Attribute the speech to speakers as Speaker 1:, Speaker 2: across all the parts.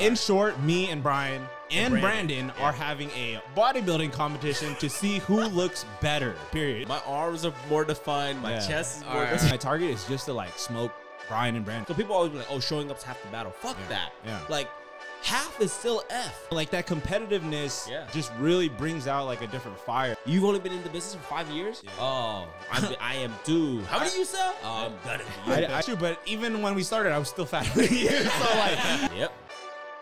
Speaker 1: In short, me and Brian and Brandon, are having a bodybuilding competition to see who looks better. Period.
Speaker 2: My arms are more defined. My
Speaker 1: Yeah.
Speaker 2: chest is more
Speaker 3: Alright.
Speaker 2: defined.
Speaker 1: My target is just to like smoke Brian and Brandon.
Speaker 2: So people always be like, "Oh, showing up's half the battle." Fuck that.
Speaker 1: Yeah.
Speaker 2: Like, half is still f.
Speaker 1: Like that competitiveness
Speaker 2: Yeah.
Speaker 1: just really brings out like a different fire.
Speaker 2: You've only been in the business for five years. Oh, I'm, I am due. How many you sell? Um, gonna be.
Speaker 1: I, I, true, but even when we started, I was still fatter than you. So like,
Speaker 2: Yep.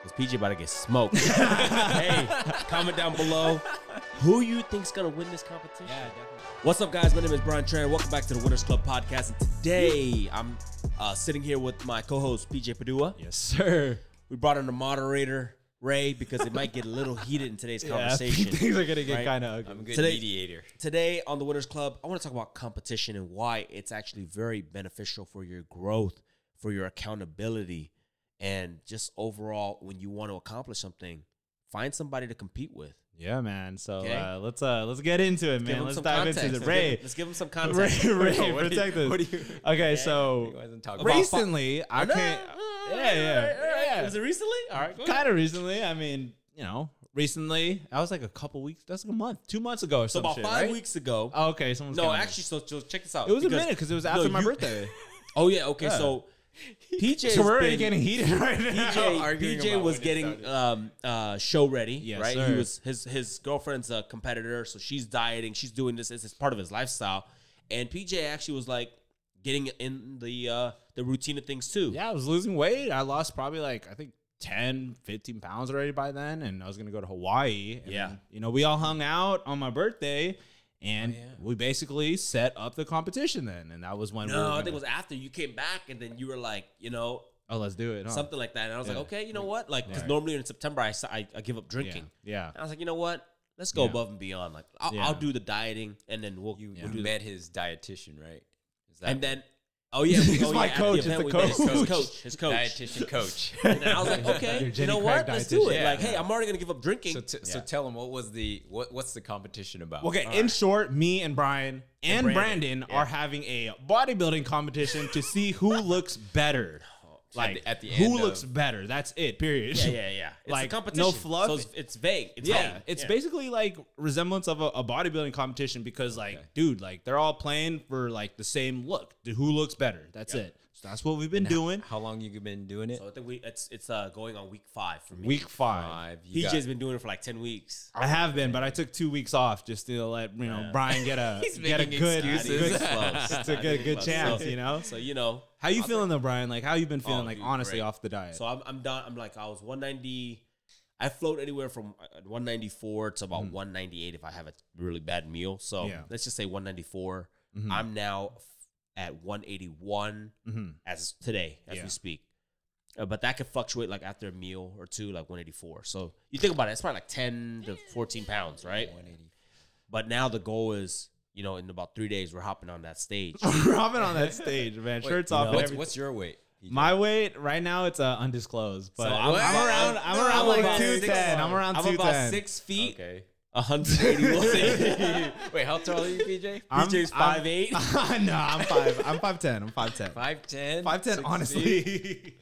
Speaker 2: Cause PJ about to get smoked. hey, comment down below who you think's gonna win this competition. What's up, guys? My name is Brian Trainer. Welcome back to the Winners Club podcast. And today, I'm uh, sitting here with my co-host PJ Padua.
Speaker 1: yes, sir.
Speaker 2: We brought in a moderator, Ray, because it might get a little heated in today's conversation.
Speaker 1: things are gonna get
Speaker 2: right?
Speaker 1: kind of ugly.
Speaker 3: I'm a good
Speaker 2: Today-
Speaker 3: mediator.
Speaker 2: Today on the Winners Club, I want to talk about competition and why it's actually very beneficial for your growth, for your accountability, and just overall when you want to accomplish something, find somebody to compete with.
Speaker 1: Yeah, man. So
Speaker 2: Okay.
Speaker 1: uh, let's uh, let's get into it,
Speaker 2: Give
Speaker 1: man.
Speaker 2: them
Speaker 1: Let's
Speaker 2: some
Speaker 1: dive
Speaker 2: context.
Speaker 1: into the
Speaker 2: Let's give-
Speaker 1: Ray.
Speaker 2: Let's give them some
Speaker 1: Ray,
Speaker 2: context.
Speaker 1: Ray,
Speaker 3: Bro, what do
Speaker 1: protect
Speaker 3: you-
Speaker 1: us.
Speaker 3: what do you-
Speaker 1: okay, so
Speaker 3: You guys don't talk about-
Speaker 1: recently I
Speaker 2: No,
Speaker 1: can't.
Speaker 2: uh,
Speaker 1: Yeah, yeah,
Speaker 2: Was it recently? All right, go
Speaker 1: yeah.
Speaker 2: ahead.
Speaker 1: Kind of recently. I mean, you know, recently. I was like a couple weeks. That's like a month, two months ago or
Speaker 2: So
Speaker 1: something.
Speaker 2: about five weeks ago.
Speaker 1: Oh, okay, someone's
Speaker 2: no,
Speaker 1: counting.
Speaker 2: actually, so, so check this out.
Speaker 1: it was a
Speaker 2: because-
Speaker 1: minute because it was after my
Speaker 2: you-
Speaker 1: birthday.
Speaker 2: Oh yeah, okay.
Speaker 1: Yeah.
Speaker 2: So PJ,
Speaker 1: so we're already
Speaker 2: been,
Speaker 1: getting heated right now.
Speaker 2: PJ,
Speaker 3: arguing
Speaker 2: PJ
Speaker 3: about
Speaker 2: was
Speaker 3: when it
Speaker 2: getting
Speaker 3: started.
Speaker 2: um, uh, show ready,
Speaker 1: Yes,
Speaker 2: right? He
Speaker 1: sir.
Speaker 2: was his his girlfriend's a competitor, so she's dieting, she's doing this as part of his lifestyle, and PJ actually was like getting in the uh, the routine of things too.
Speaker 1: Yeah, I was losing weight. I lost probably like I think 10, 15 pounds already by then, and I was gonna go to Hawaii. And,
Speaker 2: Yeah.
Speaker 1: you know, we all hung out on my birthday,
Speaker 2: Oh,
Speaker 1: and we basically set up the competition then, and that was when. we were
Speaker 2: No, I think
Speaker 1: gonna-
Speaker 2: it was after you came back, and then you were like, you know,
Speaker 1: Oh, let's do it. huh?
Speaker 2: something like that, and I was
Speaker 1: Yeah.
Speaker 2: like, okay, you know what? Like, because
Speaker 1: Right.
Speaker 2: normally in September I, s- I- I give up
Speaker 1: Yeah.
Speaker 2: drinking.
Speaker 1: Yeah.
Speaker 2: And I was like, you know what? Let's go
Speaker 1: Yeah.
Speaker 2: above and beyond. Like, I'll,
Speaker 1: Yeah.
Speaker 2: I'll do the dieting, and then we'll,
Speaker 3: You,
Speaker 2: we'll
Speaker 3: you
Speaker 2: do the
Speaker 3: met his dietitian, right? Is that
Speaker 2: And then, oh yeah,
Speaker 1: He's
Speaker 2: oh,
Speaker 1: my
Speaker 2: yeah, at
Speaker 1: coach,
Speaker 2: event
Speaker 1: he's
Speaker 2: we
Speaker 1: the
Speaker 2: met His
Speaker 1: coach.
Speaker 2: coach, his coach.
Speaker 3: dietitian coach?
Speaker 2: And I was like,
Speaker 1: Your
Speaker 2: okay, you
Speaker 1: Jenny
Speaker 2: know
Speaker 1: Craig
Speaker 2: what? Let's do
Speaker 1: dietitian.
Speaker 2: it.
Speaker 3: Yeah.
Speaker 2: Like, hey, I'm already gonna give up drinking.
Speaker 3: so, t- so
Speaker 1: Yeah.
Speaker 3: tell him what was the what what's the competition about?
Speaker 1: Okay, in short, me and Brian and, Brandon,
Speaker 3: Brandon, yeah.
Speaker 1: are having a bodybuilding competition to see who looks better. Like
Speaker 3: the- at the
Speaker 1: who
Speaker 3: end
Speaker 1: looks
Speaker 3: of-
Speaker 1: better. That's it. Period.
Speaker 2: yeah, yeah, yeah. It's
Speaker 1: Like,
Speaker 2: a
Speaker 1: no
Speaker 2: competition.
Speaker 1: fluff.
Speaker 2: So it's, it's vague. It's
Speaker 1: yeah,
Speaker 2: vague.
Speaker 1: it's
Speaker 2: Yeah.
Speaker 1: basically like resemblance of a, a bodybuilding competition because like,
Speaker 3: Okay.
Speaker 1: dude, like they're all playing for like the same look. The- Who looks better? That's it. So that's what we've been doing.
Speaker 3: how long you been doing it?
Speaker 2: So I think we it's it's uh, going on week five for me.
Speaker 1: Week five.
Speaker 3: Five. You
Speaker 2: PJ's
Speaker 3: got-
Speaker 2: been doing it for like ten weeks.
Speaker 1: I have been, but I took two weeks off just to let you know Brian get a get a
Speaker 3: making
Speaker 1: good,
Speaker 3: excuses.
Speaker 1: good
Speaker 2: Close.
Speaker 1: to get a good chance.
Speaker 2: So-
Speaker 1: You know.
Speaker 2: So you know,
Speaker 1: How you feeling though, Brian? Like how you been feeling?
Speaker 3: Oh,
Speaker 1: like
Speaker 3: dude,
Speaker 1: honestly,
Speaker 3: great.
Speaker 1: off the diet.
Speaker 2: So I'm, I'm done. I'm like, I was 190. I float anywhere from uh, 194 to about 198 if I have a really bad meal. So
Speaker 1: Mm-hmm. Yeah.
Speaker 2: let's just say 194.
Speaker 1: Mhm.
Speaker 2: I'm now f- at 181
Speaker 1: Mhm.
Speaker 2: as today, as
Speaker 1: Yeah.
Speaker 2: we speak. Uh, but that could fluctuate like after a meal or two, like 184. So you think about it, it's probably like 10 to 14 pounds, right?
Speaker 3: 180.
Speaker 2: But now the goal is, you know, in about three days, we're hopping on that stage.
Speaker 1: Robin on that stage, man.
Speaker 3: Wait,
Speaker 1: Shirts
Speaker 3: you
Speaker 1: off.
Speaker 3: know,
Speaker 1: and
Speaker 3: What's,
Speaker 1: everything.
Speaker 3: what's your weight? PJ?
Speaker 1: My weight right now it's uh, undisclosed, but
Speaker 2: So
Speaker 1: I'm,
Speaker 2: I'm-
Speaker 1: I'm around. I'm,
Speaker 2: I'm
Speaker 1: around like
Speaker 2: about
Speaker 1: two
Speaker 2: six-
Speaker 1: ten. I'm around
Speaker 2: I'm
Speaker 1: two
Speaker 2: about
Speaker 1: ten.
Speaker 2: six feet,
Speaker 3: Okay.
Speaker 2: 181.
Speaker 3: Wait, how tall are you, PJ?
Speaker 2: DJ's
Speaker 1: I'm-
Speaker 2: 5'8".
Speaker 1: no, I'm five. I'm five ten. I'm five ten.
Speaker 3: Five ten.
Speaker 1: Five ten. Honestly,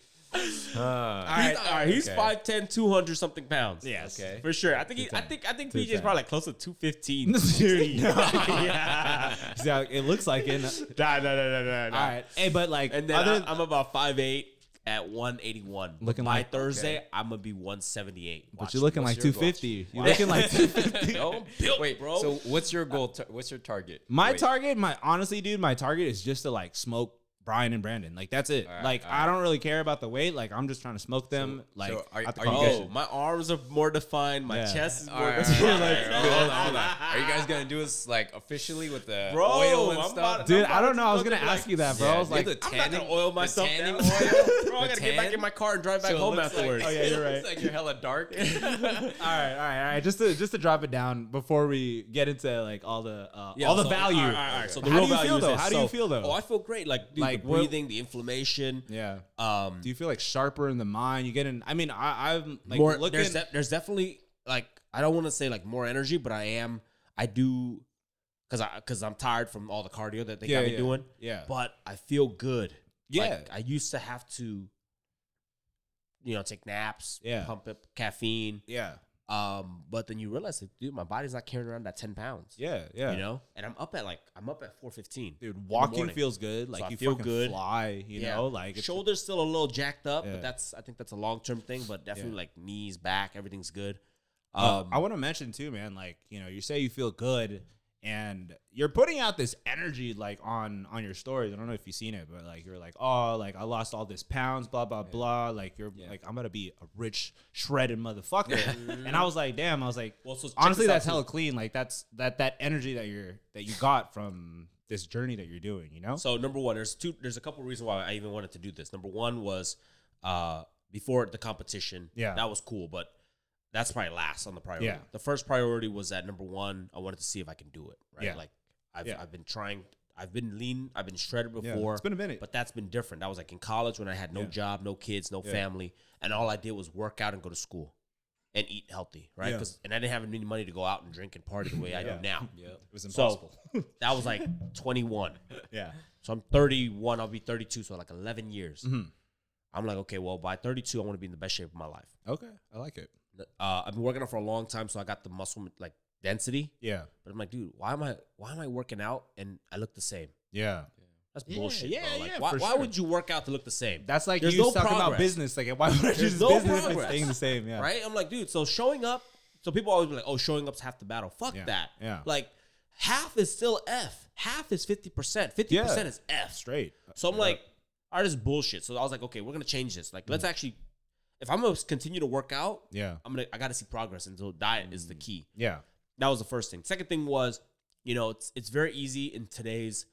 Speaker 3: Uh,
Speaker 2: All right, all right. He's
Speaker 3: Okay.
Speaker 2: 5'10", 200 something pounds.
Speaker 1: yes.
Speaker 3: Okay.
Speaker 2: For sure. I think he, I think I think PJ's
Speaker 1: times.
Speaker 2: probably like close to 215.
Speaker 1: Dude, no.
Speaker 2: yeah.
Speaker 1: Yeah, it looks like it. All
Speaker 2: Nah, nah, nah, nah, nah, nah.
Speaker 1: right. Hey, but like,
Speaker 2: And then
Speaker 1: other,
Speaker 2: I, am about 5'8 at 181.
Speaker 1: Looking
Speaker 2: By
Speaker 1: like-
Speaker 2: Thursday, I'm going to be 178.
Speaker 1: but you're looking
Speaker 3: what's
Speaker 1: like
Speaker 3: your
Speaker 1: two
Speaker 3: goal?
Speaker 1: fifty. You're looking like two fifty.
Speaker 2: no, built,
Speaker 3: Wait,
Speaker 2: bro.
Speaker 3: So what's your goal? tar- what's your target?
Speaker 1: My
Speaker 3: Wait,
Speaker 1: target, my honestly, dude, my target is just to like smoke Brian and Brandon. Like that's it.
Speaker 3: right,
Speaker 1: like
Speaker 3: all
Speaker 1: I don't really care about the weight. Like I'm just trying to smoke them. like
Speaker 3: so are-
Speaker 1: at the
Speaker 3: are you guys-
Speaker 2: oh,
Speaker 1: competition.
Speaker 2: my arms are more defined. My
Speaker 1: Yeah.
Speaker 2: chest is
Speaker 3: All
Speaker 2: more
Speaker 3: right,
Speaker 2: defined.
Speaker 3: all right, all
Speaker 2: Like,
Speaker 3: right, hold on, hold on. Are you guys gonna do this like officially with the
Speaker 2: Bro,
Speaker 3: oil and
Speaker 2: I'm
Speaker 3: stuff?
Speaker 2: about to-
Speaker 1: Dude, I don't know. I was
Speaker 2: Looking
Speaker 1: gonna
Speaker 2: like-
Speaker 1: ask you that, bro.
Speaker 3: Yeah,
Speaker 1: I was
Speaker 3: you're
Speaker 1: like,
Speaker 3: the
Speaker 2: I'm not going
Speaker 3: tanning-
Speaker 2: to oil
Speaker 3: the
Speaker 2: myself
Speaker 3: tanning
Speaker 2: down.
Speaker 3: oil?
Speaker 2: bro, I
Speaker 3: The
Speaker 2: got to get back
Speaker 3: tan?
Speaker 2: in my car and drive back
Speaker 3: So it
Speaker 2: home
Speaker 3: looks like-
Speaker 2: afterwards.
Speaker 1: Oh, yeah, you're
Speaker 3: It's
Speaker 1: right.
Speaker 3: like you're hella dark.
Speaker 1: all right, all right, all right. Just to just to drop it down before we get into like all the uh, all the
Speaker 2: so-
Speaker 1: value.
Speaker 2: All right, all right, all right. So the
Speaker 1: How
Speaker 2: real
Speaker 1: do you
Speaker 2: value
Speaker 1: feel
Speaker 2: is
Speaker 1: though?
Speaker 2: this.
Speaker 1: How do you
Speaker 2: So-
Speaker 1: feel though?
Speaker 2: Oh, I feel great. Like, dude,
Speaker 1: Like,
Speaker 2: the
Speaker 1: what-
Speaker 2: breathing, the inflammation.
Speaker 1: yeah.
Speaker 2: Um,
Speaker 1: Do you feel like sharper in the mind? You getting? I mean, I, I'm like
Speaker 2: more.
Speaker 1: looking.
Speaker 2: there's, de- there's definitely like I don't want to say like more energy, but I am. I do because I because I'm tired from all the cardio that they
Speaker 1: Yeah,
Speaker 2: got me
Speaker 1: yeah.
Speaker 2: doing.
Speaker 1: yeah.
Speaker 2: But I feel good.
Speaker 1: Yeah.
Speaker 2: Like, I used to have to. you know, take naps,
Speaker 1: Yeah.
Speaker 2: pump up caffeine.
Speaker 1: Yeah.
Speaker 2: Um, but then you realize, like, dude, my body's not carrying around that ten pounds.
Speaker 1: Yeah. Yeah.
Speaker 2: you know. And I'm up at like I'm up at four fifteen.
Speaker 1: Dude, walking
Speaker 2: morning.
Speaker 1: feels good. Like
Speaker 2: I
Speaker 1: you
Speaker 2: feel
Speaker 1: fucking
Speaker 2: good.
Speaker 1: fly. You know, like it's-
Speaker 2: shoulders still a little jacked up,
Speaker 1: Yeah.
Speaker 2: but that's I think that's a long term thing. But definitely
Speaker 1: Yeah.
Speaker 2: like knees, back, everything's good.
Speaker 1: Uh,
Speaker 2: Um,
Speaker 1: I want to mention too, man. Like you know, you say you feel good, and you're putting out this energy like on on your stories. I don't know if you've seen it, but like you're like, oh, like I lost all this pounds, blah blah blah. Like you're
Speaker 3: Yeah.
Speaker 1: like I'm gonna be a rich shredded motherfucker. and I was like, damn. I was like,
Speaker 2: Well, so check
Speaker 1: honestly,
Speaker 2: this out,
Speaker 1: that's
Speaker 2: too.
Speaker 1: hella clean. Like that's that that energy that you're that you got from this journey that you're doing. You know.
Speaker 2: So number one, there's two. There's a couple reasons why I even wanted to do this. Number one was uh, before the competition.
Speaker 1: Yeah.
Speaker 2: that was cool, but that's probably last on the priority.
Speaker 1: Yeah.
Speaker 2: The first priority was that number one. I wanted to see if I can do it. Right.
Speaker 1: Yeah.
Speaker 2: Like I've
Speaker 1: Yeah.
Speaker 2: I've been trying. I've been lean. I've been shredded
Speaker 1: Yeah.
Speaker 2: before.
Speaker 1: It's been a minute.
Speaker 2: But that's been different. That was like in college when I had no
Speaker 1: Yeah.
Speaker 2: job, no kids, no
Speaker 1: Yeah.
Speaker 2: family, and all I did was work out and go to school. And eat healthy, right?
Speaker 1: Yeah.
Speaker 2: 'Cause- and I didn't have any money to go out and drink and party the way I
Speaker 1: Yeah.
Speaker 2: do now.
Speaker 1: it was
Speaker 2: So-
Speaker 1: impossible.
Speaker 2: That was like 21.
Speaker 1: yeah.
Speaker 2: So I'm 31. I'll be 32. So like 11 years.
Speaker 1: mm-hmm.
Speaker 2: I'm like, okay, well, by 32, I want to be in the best shape of my life.
Speaker 1: Okay. I like it.
Speaker 2: Uh, I've been working out for a long time, so I got the muscle like density.
Speaker 1: Yeah.
Speaker 2: But I'm like, dude, why am I why am I working out and I look the same?
Speaker 1: Yeah.
Speaker 2: That's
Speaker 1: Yeah,
Speaker 2: bullshit.
Speaker 1: yeah,
Speaker 2: bro. Like,
Speaker 1: yeah,
Speaker 2: Why,
Speaker 1: for
Speaker 2: why
Speaker 1: sure.
Speaker 2: would you work out to look the same?
Speaker 1: That's like
Speaker 2: There's
Speaker 1: you
Speaker 2: no
Speaker 1: was talking about
Speaker 2: progress.
Speaker 1: business. Like, why would I choose
Speaker 2: no
Speaker 1: business if it's
Speaker 2: progress.
Speaker 1: staying the same? Yeah.
Speaker 2: right? I'm like, dude, so showing up, so people always be like, oh, showing up's half the battle. Fuck
Speaker 1: Yeah,
Speaker 2: that.
Speaker 1: yeah.
Speaker 2: Like half is still F. Half is 50%. 50%
Speaker 1: Yeah.
Speaker 2: is F.
Speaker 1: Straight.
Speaker 2: So I'm like, all right, this is bullshit. So I was like, okay, we're gonna change this. Like, let's actually, if I'm gonna continue to work out,
Speaker 1: Mm. Yeah. Mm.
Speaker 2: I'm gonna, I gotta see progress. And so diet is the key.
Speaker 1: Yeah.
Speaker 2: That was the first thing. Second thing was, you know, it's it's very easy in today's,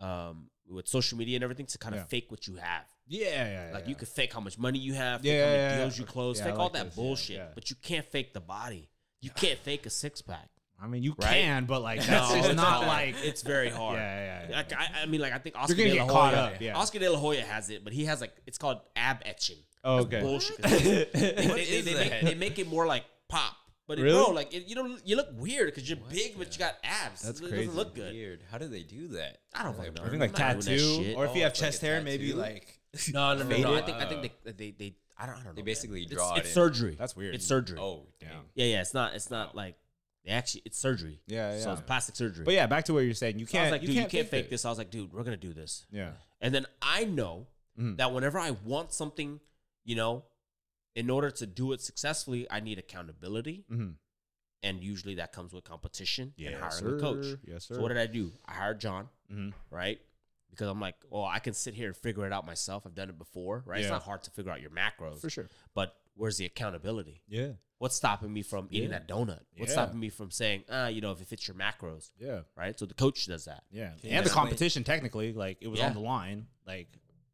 Speaker 2: um, with social media and everything to kind of
Speaker 1: Yeah.
Speaker 2: fake what you have.
Speaker 1: Yeah. yeah
Speaker 2: Like
Speaker 1: yeah.
Speaker 2: you could fake how much money you have, fake
Speaker 1: Yeah,
Speaker 2: how many
Speaker 1: yeah, yeah.
Speaker 2: deals you close,
Speaker 1: Yeah, I
Speaker 2: fake all
Speaker 1: like
Speaker 2: that
Speaker 1: this. Yeah,
Speaker 2: bullshit,
Speaker 1: yeah.
Speaker 2: but you can't fake the body. You can't fake a six pack.
Speaker 1: I mean, you
Speaker 2: Right?
Speaker 1: can, but like, that's just
Speaker 2: it's
Speaker 1: not
Speaker 2: hard.
Speaker 1: like.
Speaker 2: it's very
Speaker 1: Yeah.
Speaker 2: hard.
Speaker 1: Yeah. yeah.
Speaker 2: Like I, I mean, like I think Oscar
Speaker 1: gonna
Speaker 2: De La
Speaker 1: get caught
Speaker 2: Hoya.
Speaker 1: up, yeah.
Speaker 2: Oscar De La Hoya has it, but he has like it's called ab etching.
Speaker 1: Oh,
Speaker 2: That's
Speaker 1: okay.
Speaker 2: bullshit. 'cause they, they-
Speaker 3: What
Speaker 2: they-
Speaker 3: is
Speaker 2: they
Speaker 3: that?
Speaker 2: make, they make it more like pop, but it,
Speaker 1: Really?
Speaker 2: bro, like it, you don't you look weird because you're big, but you got abs.
Speaker 1: That's
Speaker 2: it
Speaker 1: crazy.
Speaker 2: Doesn't look good.
Speaker 3: Weird. How do they do that?
Speaker 2: I don't
Speaker 3: Like,
Speaker 2: fucking know.
Speaker 1: I think like
Speaker 2: I'm not doing that
Speaker 1: tattoo,
Speaker 2: shit.
Speaker 1: or if you
Speaker 3: Oh,
Speaker 1: have
Speaker 3: it's like
Speaker 1: chest
Speaker 3: a
Speaker 1: hair, maybe
Speaker 3: tattoo?
Speaker 1: like.
Speaker 2: no, no, no, no. I
Speaker 1: faded?
Speaker 2: think I think they they, they I don't I don't know.
Speaker 3: They
Speaker 2: man.
Speaker 3: basically
Speaker 2: It's-
Speaker 3: draw
Speaker 2: It's
Speaker 3: it in.
Speaker 2: surgery.
Speaker 1: That's weird.
Speaker 2: It's surgery.
Speaker 3: Oh,
Speaker 1: Yeah.
Speaker 3: dang.
Speaker 2: Yeah, yeah. It's not. It's not like they actually. It's surgery.
Speaker 1: Yeah, yeah.
Speaker 2: So it's plastic surgery.
Speaker 1: But yeah, back to what you're saying. You
Speaker 2: So I was
Speaker 1: can't.
Speaker 2: like,
Speaker 1: you
Speaker 2: dude,
Speaker 1: can't
Speaker 2: you can't fake this. I was like, dude, we're gonna do this.
Speaker 1: Yeah. Mm-hmm.
Speaker 2: And then I know that whenever I want something, you know, in order to do it successfully, I need accountability.
Speaker 1: Mhm.
Speaker 2: And usually that comes with competition and
Speaker 1: Yes,
Speaker 2: hiring a coach.
Speaker 1: sir. Yes,
Speaker 2: So
Speaker 1: sir.
Speaker 2: what did I do? I hired John,
Speaker 1: Mhm.
Speaker 2: right? Because I'm like, oh, I can sit here and figure it out myself. I've done it before, right? It's
Speaker 1: Yeah.
Speaker 2: not hard to figure out your macros.
Speaker 1: For sure.
Speaker 2: But where's the accountability?
Speaker 1: Yeah.
Speaker 2: What's stopping me from eating
Speaker 1: Yeah.
Speaker 2: that donut? What's
Speaker 1: Yeah.
Speaker 2: stopping me from saying, ah, you know, if it fits your macros,
Speaker 1: Yeah.
Speaker 2: right? So the coach does that.
Speaker 1: Yeah.
Speaker 3: you
Speaker 1: and the
Speaker 3: explain-
Speaker 1: competition, technically, like it was
Speaker 2: Yeah.
Speaker 1: on the line. Like,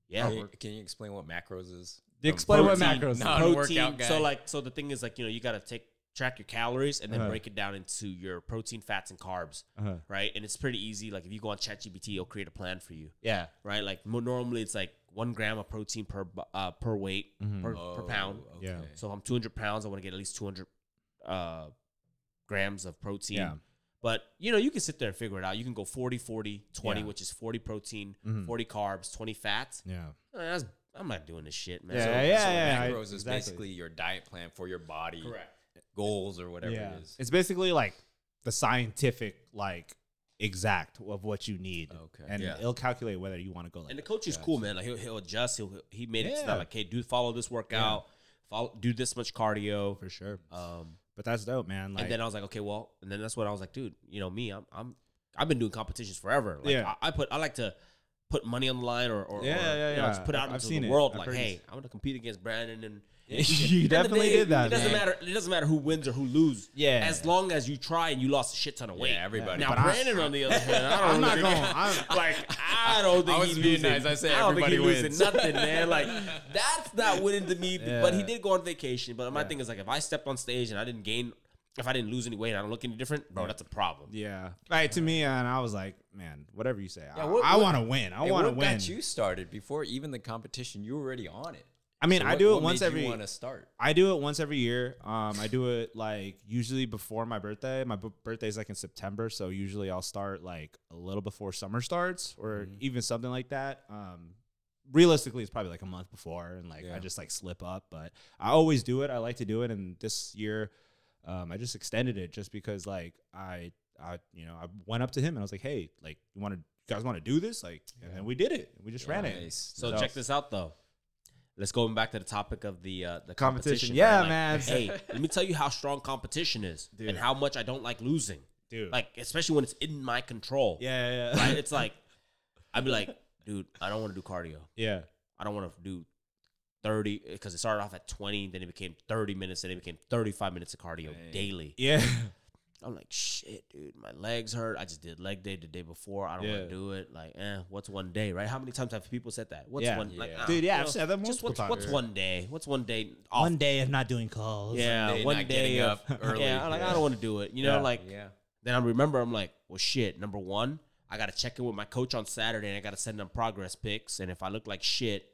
Speaker 2: Yeah.
Speaker 1: Oh,
Speaker 3: Can you, can you explain what macros is?
Speaker 1: explain what
Speaker 2: protein,
Speaker 1: macros.
Speaker 3: no.
Speaker 2: protein.
Speaker 3: non-workout guy.
Speaker 2: So like, so the thing is like, you know, you got to take track your calories and then
Speaker 1: Uh-huh.
Speaker 2: break it down into your protein, fats, and carbs,
Speaker 1: Uh-huh.
Speaker 2: right? And it's pretty easy. Like if you go on ChatGPT, it'll create a plan for you,
Speaker 1: Yeah.
Speaker 2: right? Like mo- normally it's like one gram of protein per bu- uh, per weight
Speaker 1: Mm-hmm.
Speaker 2: per, per pound.
Speaker 3: Oh,
Speaker 1: Yeah.
Speaker 2: So if I'm 200 pounds, I want to get at least 200 uh, grams of protein.
Speaker 1: Yeah.
Speaker 2: But you know, you can sit there and figure it out. You can go 40, 40,
Speaker 1: Yeah.
Speaker 2: 20,
Speaker 1: Mm-hmm.
Speaker 2: which is 40 protein, 40 carbs, 20 fats.
Speaker 1: Yeah.
Speaker 2: Uh, that's- I'm not doing this shit, man.
Speaker 1: Yeah.
Speaker 2: So-
Speaker 1: Yeah.
Speaker 3: So
Speaker 1: Yeah.
Speaker 3: macros is
Speaker 1: Exactly.
Speaker 3: basically your diet plan for your body,
Speaker 2: Correct.
Speaker 3: goals or whatever
Speaker 1: Yeah.
Speaker 3: it is.
Speaker 1: It's basically like the scientific, like exact of what you need.
Speaker 3: Okay.
Speaker 1: And
Speaker 3: Yeah.
Speaker 1: it'll calculate whether you want to go like
Speaker 2: And the coach is cool, man. Like he'll, he'll adjust. He'll he made it so
Speaker 1: Yeah.
Speaker 2: that like, hey, do follow this workout, follow do this much cardio.
Speaker 1: for sure.
Speaker 2: Um,
Speaker 1: But that's dope, man. Like,
Speaker 2: and then I was like, okay, well, and then that's what I was like, dude, you know me, I'm I'm I've been doing competitions forever. Like
Speaker 1: Yeah.
Speaker 2: I, I put I like to put money on the line or, or
Speaker 1: Yeah,
Speaker 2: or,
Speaker 1: yeah,
Speaker 2: You know,
Speaker 1: yeah.
Speaker 2: just put out
Speaker 1: I've- I've
Speaker 2: into
Speaker 1: seen
Speaker 2: the
Speaker 1: it.
Speaker 2: world
Speaker 1: I've
Speaker 2: like,
Speaker 1: heard
Speaker 2: hey,
Speaker 1: it.
Speaker 2: I'm gonna compete against Brandon and.
Speaker 1: you
Speaker 2: At the end of the
Speaker 1: definitely
Speaker 2: day,
Speaker 1: did that.
Speaker 2: It doesn't
Speaker 1: man.
Speaker 2: matter. It doesn't matter who wins or who loses.
Speaker 1: Yeah.
Speaker 2: As long as you try and you lost a shit ton of weight.
Speaker 3: everybody.
Speaker 2: Now
Speaker 1: But I-
Speaker 2: Brandon, on the other hand, I don't
Speaker 1: I'm
Speaker 2: really
Speaker 1: not
Speaker 2: think-
Speaker 1: going. I'm,
Speaker 2: like I don't think
Speaker 3: I was
Speaker 2: he's
Speaker 3: being
Speaker 2: losing.
Speaker 3: nice. I said
Speaker 2: don't think he
Speaker 3: everybody
Speaker 2: losing
Speaker 3: wins.
Speaker 2: nothing, man. Like that's not winning to me. But he
Speaker 1: Yeah.
Speaker 2: did go on vacation. But my thing is like if I stepped on stage and I didn't gain, if I didn't lose any weight, and I don't look any different, bro. That's a problem.
Speaker 1: yeah. Like to me, uh, and I was like, man, whatever you say, I,
Speaker 3: what-
Speaker 1: I
Speaker 3: what-
Speaker 1: want to win. I
Speaker 3: Hey,
Speaker 1: want to
Speaker 3: what
Speaker 1: win.
Speaker 3: got you started before even the competition? You were already on it.
Speaker 1: I mean,
Speaker 3: So
Speaker 1: I
Speaker 3: what-
Speaker 1: do
Speaker 3: what
Speaker 1: it once
Speaker 3: made
Speaker 1: every.
Speaker 3: You want to start?
Speaker 1: I do it once every year. Um, I do it like usually before my birthday. My b- birthday's like in September, so
Speaker 2: Mm-hmm.
Speaker 1: usually I'll start like a little before summer starts, or even something like that. Um, realistically it's probably like a month before and like
Speaker 3: Yeah.
Speaker 1: I just like slip up, but I always do it. I like to do it and this year um I just extended it just because like I I you know, I went up to him and I was like, "Hey, like you want to you guys want to do this?" Like and then we did it. We just ran it.
Speaker 2: So, check this out though. Let's go back to the topic of the uh, the
Speaker 1: Competition.
Speaker 2: competition.
Speaker 1: Yeah,
Speaker 2: Like,
Speaker 1: man.
Speaker 2: Hey, let me tell you how strong competition is,
Speaker 1: Dude.
Speaker 2: and how much I don't like losing.
Speaker 1: dude.
Speaker 2: Like especially when it's in my control.
Speaker 1: yeah, yeah. Yeah.
Speaker 2: Right? It's like I'd be like, dude, I don't want to do cardio.
Speaker 1: yeah.
Speaker 2: I don't want to do thirty because it started off at twenty, then it became thirty minutes, then it became thirty-five minutes of cardio
Speaker 3: Dang.
Speaker 2: daily.
Speaker 1: Yeah.
Speaker 2: I'm like, shit, dude, my legs hurt. I just did leg day the day before. I don't want
Speaker 1: Yeah.
Speaker 2: to do it. Like, eh, what's one day, right? How many times have people said that? What's
Speaker 1: Yeah.
Speaker 2: one, like,
Speaker 3: Yeah.
Speaker 2: ah,
Speaker 1: Dude, yeah,
Speaker 2: you
Speaker 1: I've
Speaker 2: know,
Speaker 1: said that
Speaker 2: just
Speaker 1: multiple
Speaker 2: what's,
Speaker 1: times.
Speaker 2: what's
Speaker 1: Yeah.
Speaker 2: one day? What's one day off?
Speaker 1: day of not doing calls.
Speaker 2: yeah,
Speaker 3: One day
Speaker 2: one
Speaker 3: not
Speaker 2: day
Speaker 3: getting
Speaker 2: of,
Speaker 3: up early.
Speaker 2: yeah. I'm like, I don't want to do it. You know,
Speaker 1: Yeah.
Speaker 2: like
Speaker 3: Yeah.
Speaker 2: then I remember I'm like, well, shit. Number one, I gotta check in with my coach on Saturday, and I gotta send them progress pics. And if I look like shit,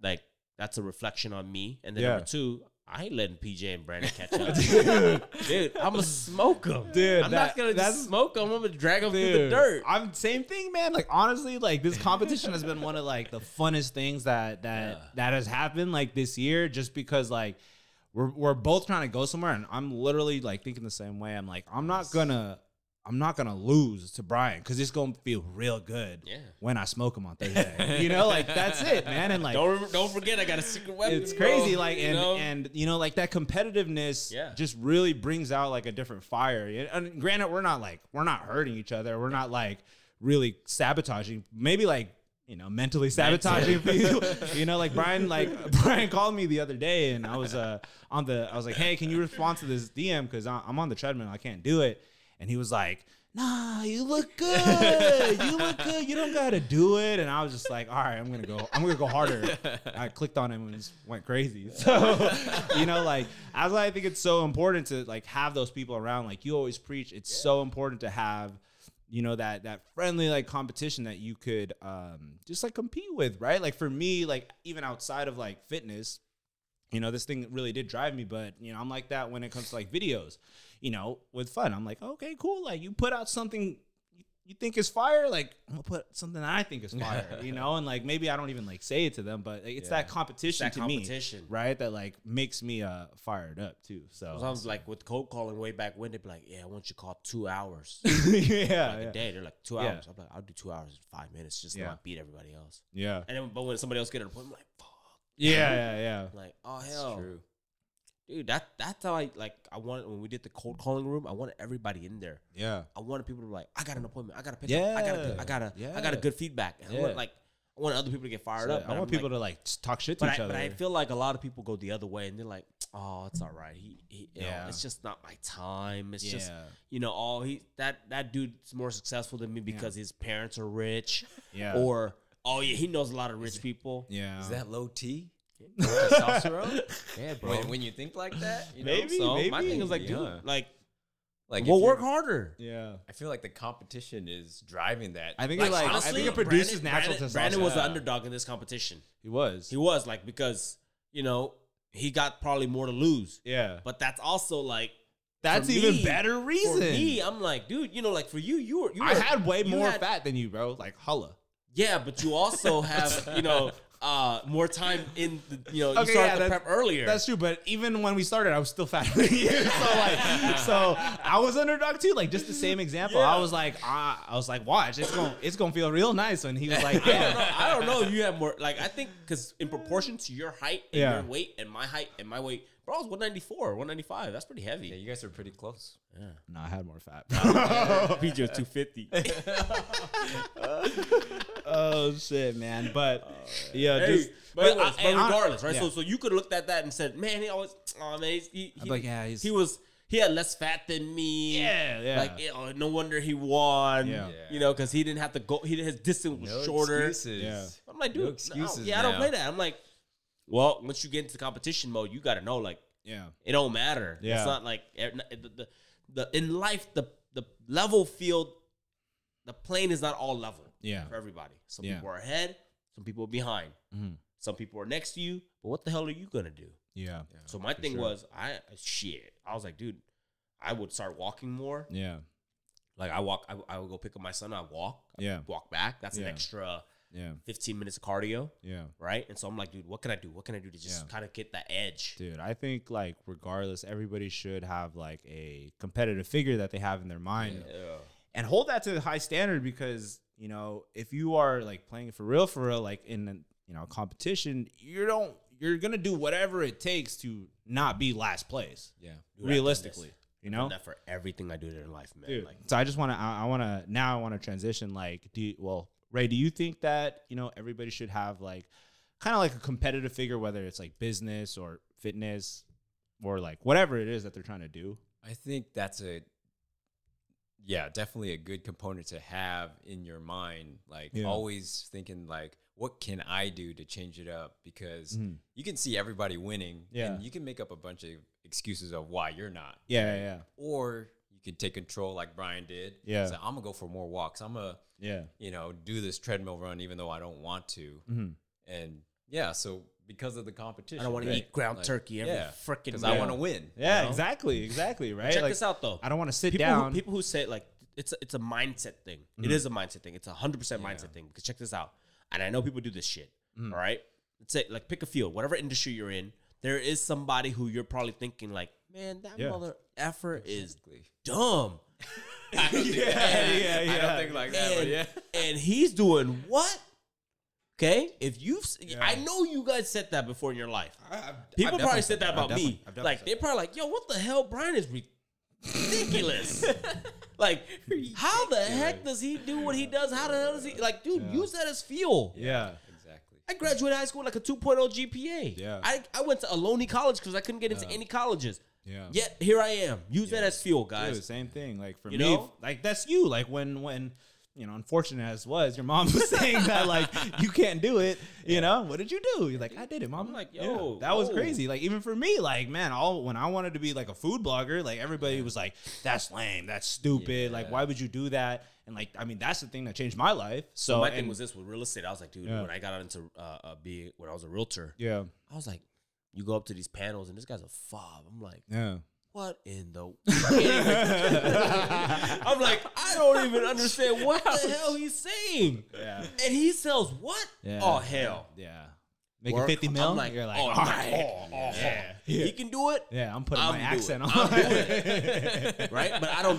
Speaker 2: like that's a reflection on me. And then
Speaker 1: Yeah.
Speaker 2: number two, I ain't letting PJ and Brandon catch up, dude. I'm gonna smoke them,
Speaker 1: Dude,
Speaker 2: I'm
Speaker 1: that-
Speaker 2: not gonna
Speaker 1: that's-
Speaker 2: just smoke them. I'm gonna drag them through the
Speaker 1: Dude,
Speaker 2: dirt.
Speaker 1: I'm same thing, man. Like honestly, like this competition has been one of like the funnest things that that
Speaker 2: Yeah.
Speaker 1: that has happened like this year, just because like we're we're both trying to go somewhere, and I'm literally like thinking the same way. I'm like, I'm not gonna. I'm not gonna lose to Brian because it's gonna feel real good
Speaker 2: Yeah.
Speaker 1: when I smoke him on Thursday. you know, like that's it, man. And like
Speaker 2: don't rem- don't forget, I got a secret weapon.
Speaker 1: it's crazy
Speaker 2: bro.
Speaker 1: like
Speaker 2: You
Speaker 1: and
Speaker 2: know?
Speaker 1: and you know like that competitiveness
Speaker 2: Yeah.
Speaker 1: just really brings out like a different fire and, and granted we're not like we're not hurting each other we're not like really sabotaging maybe like you know mentally sabotaging people you know like brian like brian called me the other day and i was uh on the i was like hey can you respond to this dm because i'm on the treadmill i can't do it and he was like Nah, you look good. You look good. You don't gotta do it. And I was just like, all right, I'm gonna go. I'm gonna go harder. I clicked on him and just went crazy. So, you know, like that's why I think it's so important to like have those people around. Like you always preach, it's so important to have, you know, that that friendly like competition that you could um just like compete with, right? Like for me, like even outside of like fitness, you know, this thing really did drive me, but you know, I'm like that when it comes to like videos, you know, with fun. I'm like, okay, cool. Like you put out something you think is fire, like I'm gonna put something that I think is fire, you know, and like maybe I don't even like say it to them, but it's that
Speaker 2: It's
Speaker 1: competition
Speaker 2: that
Speaker 1: to
Speaker 2: competition.
Speaker 1: me, right? That like makes me uh fired up too. So
Speaker 2: Sometimes, like with cold calling way back when, they'd be like, "Yeah, I want you to call two hours
Speaker 1: yeah,
Speaker 2: like
Speaker 1: yeah,
Speaker 2: a day." They're like, two
Speaker 1: Yeah.
Speaker 2: hours." I'm like, "I'll do two hours in five minutes just to
Speaker 1: Yeah.
Speaker 2: not beat everybody else."
Speaker 1: yeah,
Speaker 2: And then, but when somebody else get an appointment, I'm like, "Fuck!"
Speaker 1: yeah, yeah, yeah.
Speaker 2: I'm like, "Oh
Speaker 3: That's
Speaker 2: hell,
Speaker 3: true.
Speaker 2: dude, that that's how I like. I wanted when we did the cold calling room. I wanted everybody in there.
Speaker 1: Yeah.
Speaker 2: I wanted people to be like, I got an appointment. I got a picture. I got a,
Speaker 1: Yeah.
Speaker 2: I got a, I
Speaker 1: Yeah.
Speaker 2: got a good feedback. And I
Speaker 1: Yeah.
Speaker 2: want like, I want other people to get fired up.
Speaker 1: I want people to like s- talk shit to
Speaker 2: But
Speaker 1: each
Speaker 2: I,
Speaker 1: other.
Speaker 2: but I feel like a lot of people go the other way and they're like, oh, it's all right. He, he you know,
Speaker 1: Yeah.
Speaker 2: it's just not my time. It's
Speaker 1: yeah.
Speaker 2: just you know, oh, he that that dude's more successful than me because his parents are rich,
Speaker 1: yeah.
Speaker 2: or oh yeah, he knows a lot of rich people.
Speaker 1: yeah.
Speaker 3: Is that low T?
Speaker 2: Testosterone?
Speaker 3: Yeah, bro. When, when you think like that, you know,
Speaker 1: Maybe,
Speaker 3: so my
Speaker 1: maybe.
Speaker 3: thing is like,
Speaker 2: Dude,
Speaker 3: dude,
Speaker 2: like,
Speaker 3: like if
Speaker 2: we'll
Speaker 3: you're-
Speaker 2: work harder.
Speaker 1: yeah.
Speaker 3: I feel like the competition is driving that.
Speaker 1: I think it's like I think it produces
Speaker 2: Brandon,
Speaker 1: natural
Speaker 2: Brandon,
Speaker 1: testosterone.
Speaker 2: Brandon was the underdog in this competition.
Speaker 1: He was.
Speaker 2: He was like because you know he got probably more to lose,
Speaker 1: yeah.
Speaker 2: but that's also like
Speaker 1: That's
Speaker 2: for
Speaker 1: even
Speaker 2: me-
Speaker 1: better reason.
Speaker 2: for me. I'm like, dude, you know, like for you, you were you
Speaker 1: I
Speaker 2: were-
Speaker 1: had way
Speaker 2: you
Speaker 1: more
Speaker 2: had-
Speaker 1: fat than you, bro. Like holla.
Speaker 2: Yeah, but you also have, you know, uh, more time in the, you know, you
Speaker 1: Okay,
Speaker 2: started
Speaker 1: yeah,
Speaker 2: the
Speaker 1: that's-
Speaker 2: prep earlier.
Speaker 1: That's true, but even when we started, I was still fatter than you. So like, so I was underdog too. Like just the same example.
Speaker 2: Yeah.
Speaker 1: I was like, ah, I was like, watch, it's gonna, it's gonna feel real nice. And he was like,
Speaker 2: I don't
Speaker 1: yeah,
Speaker 2: know. I don't know if you have more. Like, I think because in proportion to your height and
Speaker 1: Yeah.
Speaker 2: your weight and my height and my weight, bro, I was 194, 195. That's pretty
Speaker 3: yeah,
Speaker 2: heavy.
Speaker 3: you guys are pretty close.
Speaker 1: no, I had more fat. bro.
Speaker 2: PJ was 250.
Speaker 1: oh shit, man. But yeah,
Speaker 2: Oh, Hey,
Speaker 1: just
Speaker 2: but, anyways,
Speaker 1: I-
Speaker 2: but
Speaker 1: and I-
Speaker 2: regardless, right? So,
Speaker 1: yeah.
Speaker 2: so you could have looked at that and said, "Man, he always, oh man, he's, he, he,
Speaker 1: like, yeah, he's-
Speaker 2: he was, he had less fat than me.
Speaker 1: Yeah, yeah.
Speaker 2: Like, eh, oh, no wonder he won.
Speaker 1: Yeah.
Speaker 2: you know, because he didn't have to go. He his distance was shorter.
Speaker 3: Excuses.
Speaker 1: Yeah.
Speaker 2: I'm like,
Speaker 3: No
Speaker 2: dude, no
Speaker 3: excuses
Speaker 2: yeah, I don't
Speaker 3: now.
Speaker 2: play that. I'm like, well, once you get into competition mode, you got to know, like,
Speaker 1: yeah,
Speaker 2: it don't matter.
Speaker 1: Yeah.
Speaker 2: It's not like eh, n- the, the, the in life the the level field, the plane is not all level
Speaker 1: yeah,
Speaker 2: for everybody. Some
Speaker 1: Yeah.
Speaker 2: people are ahead, some people are behind,
Speaker 1: Mhm.
Speaker 2: some people are next to you. But what the hell are you gonna do?
Speaker 1: yeah,
Speaker 2: So my thing
Speaker 1: sure.
Speaker 2: was, I shit. I was like, dude, I would start walking more.
Speaker 1: yeah,
Speaker 2: Like I walk, I, I would go pick up my son. I walk,
Speaker 1: yeah,
Speaker 2: walk back. That's
Speaker 1: Yeah.
Speaker 2: an extra
Speaker 1: Yeah.
Speaker 2: 15 minutes of cardio,
Speaker 1: Yeah.
Speaker 2: right? And so I'm like, dude, what can I do? What can I do to just
Speaker 1: Yeah.
Speaker 2: kind of get that edge?
Speaker 1: Dude, I think like regardless, everybody should have like a competitive figure that they have in their mind
Speaker 2: Yeah.
Speaker 1: and hold that to the high standard because you know if you are like playing for real, for real, like in an- you know competition, you don't you're gonna do whatever it takes to not be last place.
Speaker 3: Yeah.
Speaker 2: Dude, I've done
Speaker 1: realistically,
Speaker 2: this.
Speaker 1: you
Speaker 2: Done
Speaker 1: know.
Speaker 2: that for everything I do in life, man.
Speaker 1: Dude,
Speaker 2: Like,
Speaker 1: so I just want to. I, I want to now. I want to transition. Like, do you, well, Ray. Do you think that you know everybody should have like kind of like a competitive figure, whether it's like business or fitness or like whatever it is that they're trying to do?
Speaker 3: I think that's a yeah, definitely a good component to have in your mind. Like
Speaker 1: Yeah.
Speaker 3: always thinking like, what can I do to change it up? Because
Speaker 1: Mhm.
Speaker 3: you can see everybody winning.
Speaker 1: Yeah.
Speaker 3: And you can make up a bunch of excuses of why you're not.
Speaker 1: Yeah, yeah,
Speaker 3: Or you can take control like Brian did.
Speaker 1: Yeah.
Speaker 3: So I'm gonna go for more walks. I'm gonna,
Speaker 1: yeah,
Speaker 3: you know, do this treadmill run even though I don't want to.
Speaker 1: yeah. Mhm.
Speaker 3: And yeah, so because of the competition.
Speaker 2: Mm-hmm. I don't want to
Speaker 3: right?
Speaker 2: eat ground
Speaker 3: Like,
Speaker 2: turkey every
Speaker 3: yeah,
Speaker 2: freaking
Speaker 3: Because
Speaker 2: meal.
Speaker 3: I want to win.
Speaker 1: yeah.
Speaker 2: You know?
Speaker 1: Exactly, exactly. Right.
Speaker 2: Check
Speaker 1: like,
Speaker 2: this out though.
Speaker 1: I don't want to sit
Speaker 2: people
Speaker 1: down.
Speaker 2: Who, people who say like it's a, it's a mindset thing. It is a mindset thing. It's a hundred percent mindset thing. Because check this out, and I know people do this shit. All right, let's say like pick a field, whatever industry you're in. There is somebody who you're probably thinking like, man, that
Speaker 1: Yeah.
Speaker 2: mother effer is
Speaker 3: Basically.
Speaker 2: dumb,
Speaker 3: I don't think
Speaker 1: Yeah, yeah,
Speaker 3: I
Speaker 1: yeah.
Speaker 3: don't think like that, but
Speaker 2: and,
Speaker 3: yeah.
Speaker 2: and he's doing what? Okay, if you've, s I I
Speaker 1: Yeah.
Speaker 2: know you guys said that before in your life.
Speaker 3: I've
Speaker 2: People
Speaker 3: definitely
Speaker 2: probably said that about
Speaker 1: definitely-
Speaker 2: me.
Speaker 1: I've definitely
Speaker 2: Like
Speaker 1: said
Speaker 2: they probably like, yo, what the hell? Brian is ridiculous. like, how the heck does he do what he does? How the hell does he like, dude? Use that as fuel.
Speaker 1: yeah,
Speaker 3: Exactly.
Speaker 2: I graduated high school with like a 2.0 GPA.
Speaker 1: Yeah.
Speaker 2: I, I went to Ohlone College because I couldn't get into any colleges.
Speaker 1: yeah.
Speaker 2: Yet here I am. Use that as fuel,
Speaker 1: Dude,
Speaker 2: guys.
Speaker 1: same thing. Like for
Speaker 2: You
Speaker 1: me,
Speaker 2: know?
Speaker 1: like that's you. Like when when you know, unfortunate as was, your mom was saying that like you can't do it. You know, what did you do? You're like, I did it, mom.
Speaker 2: I'm like,
Speaker 1: Yeah.
Speaker 2: yo, oh.
Speaker 1: that was
Speaker 2: whoa.
Speaker 1: crazy. Like even for me, like man, all when I wanted to be like a food blogger, like everybody was like, that's lame, that's stupid. Like
Speaker 3: Yeah.
Speaker 1: why would you do that? And like I mean, that's the thing that changed my life. So,
Speaker 2: my thing
Speaker 1: and-
Speaker 2: was this with real estate. I was like, dude,
Speaker 1: Yeah.
Speaker 2: when I got into uh, uh, being when I was a realtor,
Speaker 1: yeah,
Speaker 2: I was like, you go up to these panels and this guy's a fob. I'm like.
Speaker 1: yeah.
Speaker 2: what in the I'm like, I don't even understand what the hell he's saying.
Speaker 1: Yeah.
Speaker 2: And he sells what?
Speaker 1: Yeah.
Speaker 2: Oh hell.
Speaker 1: Yeah. Making
Speaker 2: Work.
Speaker 1: 50 mil?
Speaker 2: I'm like,
Speaker 1: You're like,
Speaker 2: oh,
Speaker 1: all
Speaker 2: I'm like,
Speaker 1: right.
Speaker 2: oh, oh,
Speaker 1: yeah.
Speaker 2: oh. He can do it,
Speaker 1: Yeah, I'm putting
Speaker 2: I'm
Speaker 1: my
Speaker 2: doing
Speaker 1: accent
Speaker 2: it.
Speaker 1: on.
Speaker 2: I'm right? But I don't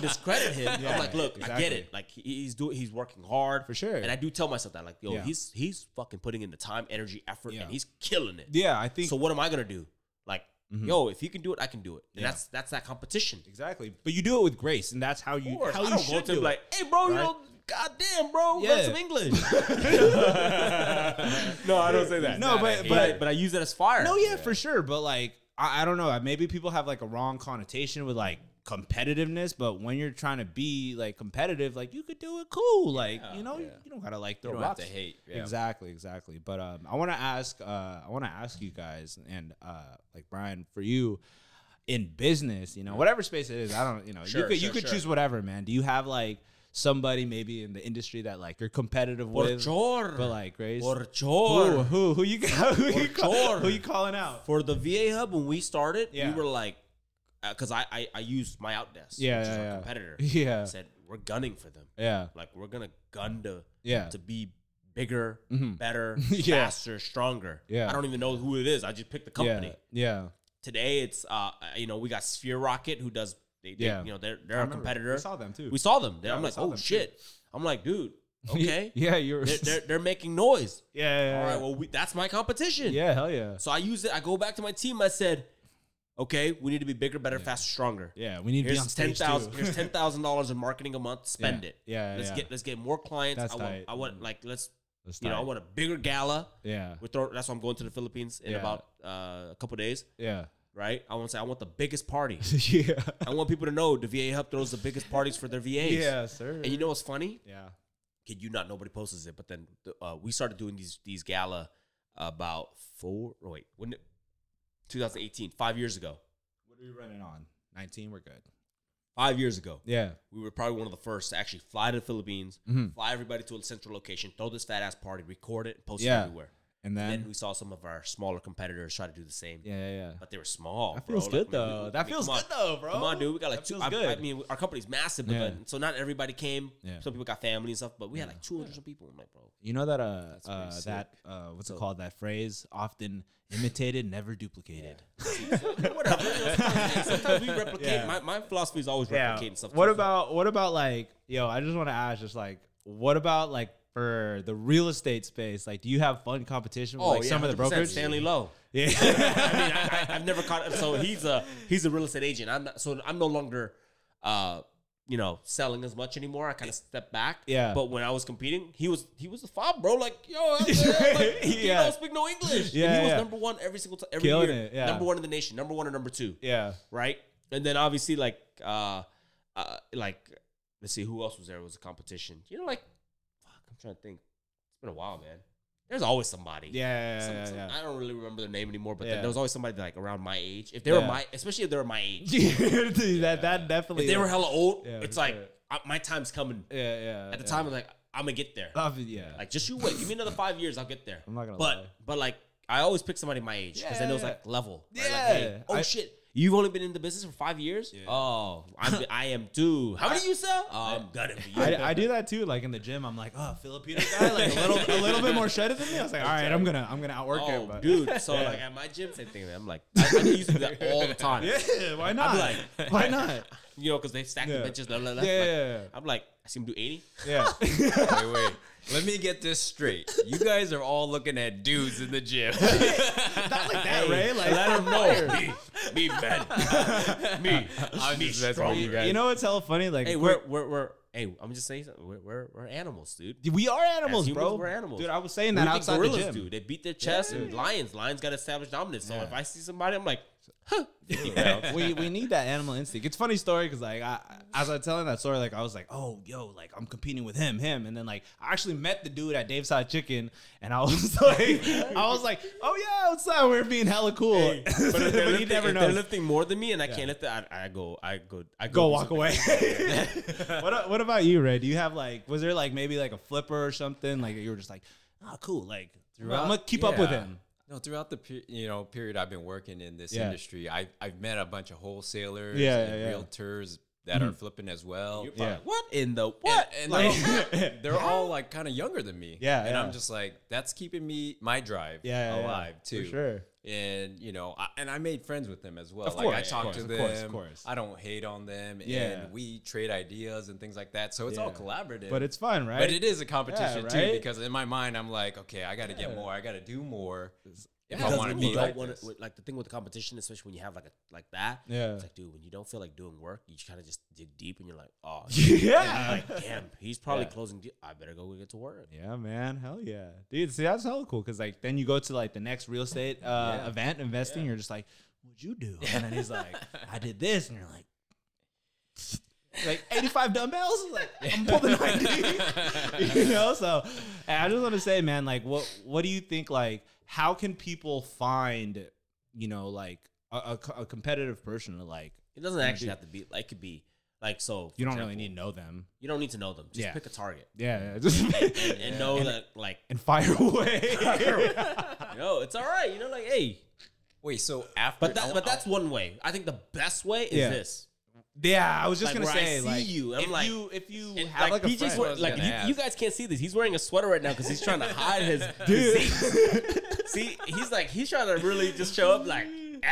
Speaker 2: discredit him.
Speaker 1: Yeah,
Speaker 2: I'm like, look, I get
Speaker 1: exactly.
Speaker 2: it. Like he- he's doing he's working hard.
Speaker 1: For sure.
Speaker 2: And I do tell myself that, like, yo,
Speaker 1: Yeah.
Speaker 2: he's he's fucking putting in the time, energy, effort,
Speaker 1: Yeah.
Speaker 2: and he's killing it.
Speaker 1: yeah, I think
Speaker 2: So what am I gonna do? Like, yo, if he can do it, I can do it. And
Speaker 1: Mm-hmm. Yeah.
Speaker 2: that's that's that competition.
Speaker 1: Exactly, but you do it with grace, and that's how you
Speaker 2: course.
Speaker 1: how
Speaker 2: I
Speaker 1: you
Speaker 2: don't go
Speaker 1: should
Speaker 2: to him
Speaker 1: do
Speaker 2: like, hey, bro, you
Speaker 1: right?
Speaker 2: know, goddamn, bro,
Speaker 1: Yeah.
Speaker 2: learn some English. no, I don't say that.
Speaker 1: No, but-
Speaker 2: but
Speaker 1: but-
Speaker 2: but I, use that as fire.
Speaker 1: it. No, yeah, for sure, but like I, I don't know, maybe people have like a wrong connotation with like competitiveness, but when you're trying to be like competitive, like you could do it cool, like you know,
Speaker 3: yeah.
Speaker 1: you don't gotta like throw
Speaker 3: don't have
Speaker 1: rocks.
Speaker 3: to hate, yeah.
Speaker 1: Exactly, exactly. But um, I want to ask, uh, I want to ask you guys, and uh, like Brian, for you in business, you know, whatever space it is, I don't, you know, you
Speaker 2: Sure,
Speaker 1: could you
Speaker 2: sure,
Speaker 1: could
Speaker 2: sure.
Speaker 1: choose whatever, man. Do you have like somebody maybe in the industry that like you're competitive
Speaker 2: Por
Speaker 1: with?
Speaker 2: chor.
Speaker 1: But like Grace,
Speaker 2: Por
Speaker 1: who
Speaker 2: chor.
Speaker 1: who who you got? Who you, call,
Speaker 2: sure.
Speaker 1: who you calling out?
Speaker 2: For the VA hub, when we started,
Speaker 1: Yeah.
Speaker 2: we were like, because I, I I used my outdesk,
Speaker 1: Yeah,
Speaker 2: which is
Speaker 1: yeah,
Speaker 2: our
Speaker 1: yeah.
Speaker 2: competitor.
Speaker 1: Yeah.
Speaker 2: said we're gunning for them.
Speaker 1: Yeah,
Speaker 2: Like we're gonna gun to
Speaker 1: Yeah.
Speaker 2: to be bigger,
Speaker 1: Mhm.
Speaker 2: better,
Speaker 1: Yeah.
Speaker 2: faster, stronger.
Speaker 1: Yeah.
Speaker 2: I don't even know who it is. I just picked the company.
Speaker 1: Yeah,
Speaker 2: today it's uh you know we got Sphere Rocket who does they, they-
Speaker 1: Yeah.
Speaker 2: you know they're they're a
Speaker 1: remember.
Speaker 2: competitor.
Speaker 1: We saw them, too.
Speaker 2: We saw them. They- I'm
Speaker 1: we
Speaker 2: like
Speaker 1: saw
Speaker 2: oh
Speaker 1: them, too.
Speaker 2: shit. I'm like dude okay
Speaker 1: yeah, you're.
Speaker 2: they're, they're they're making noise.
Speaker 1: yeah, yeah,
Speaker 2: All
Speaker 1: yeah.
Speaker 2: right well we, that's my competition.
Speaker 1: yeah, hell yeah,
Speaker 2: So I use it. I go back to my team. I said okay we need to be bigger, better, faster, stronger.
Speaker 1: yeah. We need to be on
Speaker 2: Here's ten
Speaker 1: stage
Speaker 2: thousand.
Speaker 1: too.
Speaker 2: Here's ten thousand dollars in marketing a month. Spend
Speaker 1: Yeah.
Speaker 2: it.
Speaker 1: Yeah,
Speaker 2: Let's
Speaker 1: yeah.
Speaker 2: get let's get more clients.
Speaker 1: That's
Speaker 2: I want
Speaker 1: tight.
Speaker 2: I want like let's
Speaker 1: That's
Speaker 2: you know I
Speaker 1: tight.
Speaker 2: want a bigger gala.
Speaker 1: yeah,
Speaker 2: We're throw, that's why I'm going to the Philippines in
Speaker 1: Yeah.
Speaker 2: about uh, a couple days.
Speaker 1: yeah,
Speaker 2: Right. I want to say I want the biggest party.
Speaker 1: yeah,
Speaker 2: I want people to know the VA Hub throws the biggest parties for their VAs.
Speaker 1: yeah, sir.
Speaker 2: And you know what's funny?
Speaker 1: yeah,
Speaker 2: Kid you not, nobody posts it. But then uh, we started doing these these gala about four, oh, wait, when, 2018, five years ago.
Speaker 1: what are we running on? Nineteen, we're good.
Speaker 2: Five years ago.
Speaker 1: Yeah,
Speaker 2: We were probably one of the first to actually
Speaker 1: Mm-hmm.
Speaker 2: fly to the Philippines, fly everybody to a central location, throw this fat ass party, record it, and post
Speaker 1: Yeah.
Speaker 2: it everywhere.
Speaker 1: And then,
Speaker 2: And then we saw some of our smaller competitors try to do the same.
Speaker 1: yeah, yeah, yeah.
Speaker 2: But they were small.
Speaker 1: That
Speaker 2: bro.
Speaker 1: feels
Speaker 2: Like,
Speaker 1: good
Speaker 2: I mean, we-
Speaker 1: though.
Speaker 2: I
Speaker 1: that
Speaker 2: mean,
Speaker 1: feels
Speaker 2: come on.
Speaker 1: good though, bro.
Speaker 2: Come on, dude. We got like
Speaker 1: That
Speaker 2: two.
Speaker 1: feels
Speaker 2: I, I
Speaker 1: good.
Speaker 2: mean, our company's massive, but
Speaker 1: Yeah.
Speaker 2: then- so not everybody came.
Speaker 1: Yeah.
Speaker 2: Some people got family and stuff, but we had like 200 some people. I'm like, bro,
Speaker 1: You know that uh,
Speaker 2: pretty
Speaker 1: uh
Speaker 2: sick.
Speaker 1: that uh what's
Speaker 2: So-
Speaker 1: it called? That phrase often imitated, never duplicated.
Speaker 2: whatever. you know, sometimes, sometimes we replicate.
Speaker 1: Yeah.
Speaker 2: My, my philosophy is always replicating stuff.
Speaker 1: What
Speaker 2: too.
Speaker 1: about what about like yo? I just want to ask, just like what about like for the real estate space? Like, do you have fun competition with
Speaker 2: Oh,
Speaker 1: like
Speaker 2: yeah,
Speaker 1: some of the
Speaker 2: 100%,
Speaker 1: brokers?
Speaker 2: Stanley Lowe.
Speaker 1: Yeah,
Speaker 2: I mean, I, I, I've never caught. So he's a he's a real estate agent. I'm not, so I'm no longer, uh, you know, selling as much anymore. I kind of stepped back.
Speaker 1: Yeah.
Speaker 2: But when I was competing, he was he was a fob, bro. Like yo, I'm there, I'm like, he
Speaker 1: Yeah.
Speaker 2: don't speak no English.
Speaker 1: Yeah,
Speaker 2: And he was
Speaker 1: yeah.
Speaker 2: number one every single time. Every
Speaker 1: Killing
Speaker 2: year,
Speaker 1: it, yeah.
Speaker 2: number one in the nation, number one or number two,
Speaker 1: yeah.
Speaker 2: right? And then obviously like uh, uh like let's see who else was there. It was a competition. You know, like fuck, I'm trying to think. It's been a while, man. There's always somebody
Speaker 1: Yeah,
Speaker 2: some-
Speaker 1: yeah,
Speaker 2: some-
Speaker 1: yeah,
Speaker 2: I don't really remember their name anymore, but then
Speaker 1: Yeah.
Speaker 2: there was always somebody like around my age. If they were
Speaker 1: Yeah.
Speaker 2: my, especially if they were my age,
Speaker 1: yeah. Dude, that that definitely.
Speaker 2: if they were hella old,
Speaker 1: Yeah,
Speaker 2: it's
Speaker 1: for
Speaker 2: like
Speaker 1: sure.
Speaker 2: I, my time's coming.
Speaker 1: yeah, yeah.
Speaker 2: At the
Speaker 1: yeah.
Speaker 2: time, I'm like, I'm gonna get there.
Speaker 1: Obvi- yeah.
Speaker 2: Like, just you wait. Give me another five years, I'll get there.
Speaker 1: I'm not gonna
Speaker 2: But
Speaker 1: lie.
Speaker 2: but like, I always pick somebody my age because then it was
Speaker 1: Yeah.
Speaker 2: like level. right? Like,
Speaker 1: Yeah.
Speaker 2: hey, oh
Speaker 1: I-
Speaker 2: shit. You've only been in the business for five years. Oh, I'm, I am too. How many you sell?
Speaker 3: Uh,
Speaker 2: Oh, I'm gonna be.
Speaker 1: I, I do that too. Like in the gym, I'm like, oh, Filipino guy, like a little, a little bit more shredded than me. I was like, all right, I'm gonna, I'm gonna outwork
Speaker 2: oh,
Speaker 1: him. but-
Speaker 2: dude. So like at my gym, same thing. I'm like, I, I used to do that all the time.
Speaker 1: yeah, why not?
Speaker 2: like-
Speaker 1: why not?
Speaker 2: You know, because they stack
Speaker 1: Yeah.
Speaker 2: the benches. Blah, blah, blah.
Speaker 1: Yeah,
Speaker 2: Like,
Speaker 1: yeah,
Speaker 2: I'm like, I see him do 80.
Speaker 1: yeah. yeah.
Speaker 3: wait, wait. Let me get this straight. You guys are all looking at dudes in the gym.
Speaker 1: not like that, Ray. Like,
Speaker 2: Let him know. me, me, man. me.
Speaker 3: I'm just messing
Speaker 2: strong.
Speaker 3: with you guys.
Speaker 1: you know what's hell funny? Like,
Speaker 2: Hey,
Speaker 1: we're,
Speaker 2: we're, we're, we're, hey, I'm just saying something. We're, we're, we're animals, dude.
Speaker 1: we are animals,
Speaker 2: As humans,
Speaker 1: bro.
Speaker 2: we're animals.
Speaker 1: Dude, I was saying
Speaker 2: What
Speaker 1: that
Speaker 2: do you think
Speaker 1: outside the
Speaker 2: gorillas
Speaker 1: gym.
Speaker 2: do. They beat their chest and lions. Lions got established dominance. So
Speaker 1: Yeah.
Speaker 2: if I see somebody, I'm like,
Speaker 1: we we need that animal instinct. It's a funny story because like I, as I was telling that story, like I was like, oh yo, like I'm competing with him, him, and then like I actually met the dude at Dave's Hot Chicken, and I was like, I was like, oh yeah, outside we are being hella cool, but,
Speaker 2: but, if they're,
Speaker 1: you
Speaker 2: lifting,
Speaker 1: never
Speaker 2: if
Speaker 1: know.
Speaker 2: they're lifting more than me and I can't lift it, I, I go, I go, I go,
Speaker 1: Go
Speaker 2: do
Speaker 1: walk
Speaker 2: something.
Speaker 1: away. what a- what about you, Ray? Do you have like was there like maybe like a flipper or something like you were just like, oh cool, like I'm
Speaker 3: Throughout-
Speaker 1: gonna keep up with
Speaker 3: yeah.
Speaker 1: him.
Speaker 3: No, throughout the pe- you know period I've been working in this
Speaker 1: Yeah.
Speaker 3: industry, I I've met a bunch of wholesalers,
Speaker 1: Yeah,
Speaker 3: and
Speaker 1: yeah, yeah.
Speaker 3: realtors that are flipping as well.
Speaker 2: You're probably
Speaker 1: Yeah.
Speaker 2: like, What in the
Speaker 3: And,
Speaker 2: what?
Speaker 3: and
Speaker 1: Like,
Speaker 3: they're, all, they're all, like kind of younger than me.
Speaker 1: Yeah,
Speaker 3: and
Speaker 1: yeah.
Speaker 3: I'm just like that's keeping me my drive
Speaker 1: Yeah, yeah, yeah.
Speaker 3: alive too.
Speaker 1: for sure.
Speaker 3: And you know, I, and I made friends with them as well.
Speaker 1: Of
Speaker 3: like I
Speaker 1: course, of
Speaker 3: talk
Speaker 1: course,
Speaker 3: to
Speaker 1: of
Speaker 3: them.
Speaker 1: course, of course.
Speaker 3: I don't hate on them,
Speaker 1: Yeah.
Speaker 3: and we trade ideas and things like that. So it's all
Speaker 1: Yeah.
Speaker 3: collaborative.
Speaker 1: But it's fun, right?
Speaker 3: But it is a competition
Speaker 1: Yeah,
Speaker 3: too
Speaker 1: right?
Speaker 3: because in my mind I'm like, okay, I got to get more. I got to do more if I
Speaker 2: Because
Speaker 3: want to
Speaker 2: when
Speaker 3: be
Speaker 2: you don't
Speaker 3: like
Speaker 2: wanna-
Speaker 3: this.
Speaker 2: with- like the thing with the competition, especially when you have like a like that.
Speaker 1: Yeah.
Speaker 2: It's like, dude, when you don't feel like doing work, you kind of just dig deep and you're like, oh,
Speaker 1: yeah.
Speaker 2: like, damn, he's probably
Speaker 1: Yeah.
Speaker 2: closing. Deal. I better go get to work.
Speaker 1: Yeah, man. Hell yeah. Dude, see, that's hella cool because, like, then you go to, like, the next real estate uh,
Speaker 3: Yeah.
Speaker 1: event investing, you're just like, what'd you do? And then he's like, I did this. And you're like, like 85 dumbbells? Like, I'm pulling 90. you know? So and I just want to say, man, like, what, what do you think, like, how can people find, you know, like, a, a co- a competitive person to, like,
Speaker 2: It doesn't actually have to be. Like, it could be like so.
Speaker 1: you
Speaker 2: for
Speaker 1: don't really
Speaker 2: example,
Speaker 1: need to know them.
Speaker 2: You don't need to know them. Just
Speaker 1: Yeah.
Speaker 2: pick a target
Speaker 1: Yeah. yeah, Just,
Speaker 2: and, and know that like,
Speaker 1: and fire away.
Speaker 2: no, it's all right. You know, like, hey,
Speaker 3: Wait, so after
Speaker 2: but that, but that's one way. I think the best way is
Speaker 1: Yeah.
Speaker 2: this.
Speaker 1: Yeah, I was just
Speaker 2: Like,
Speaker 1: gonna
Speaker 2: where I
Speaker 1: say,
Speaker 2: see
Speaker 1: like,
Speaker 2: you, I'm
Speaker 1: if
Speaker 2: like-
Speaker 1: you if you
Speaker 2: And,
Speaker 1: have like,
Speaker 2: like,
Speaker 1: a
Speaker 2: PJ's
Speaker 1: friend-
Speaker 2: wear-
Speaker 3: was
Speaker 2: like
Speaker 3: gonna
Speaker 2: you,
Speaker 3: ask.
Speaker 2: you guys can't see this. He's wearing a sweater right now because he's trying to hide his
Speaker 1: dude,
Speaker 2: See, he's like he's trying to really just show up like ah,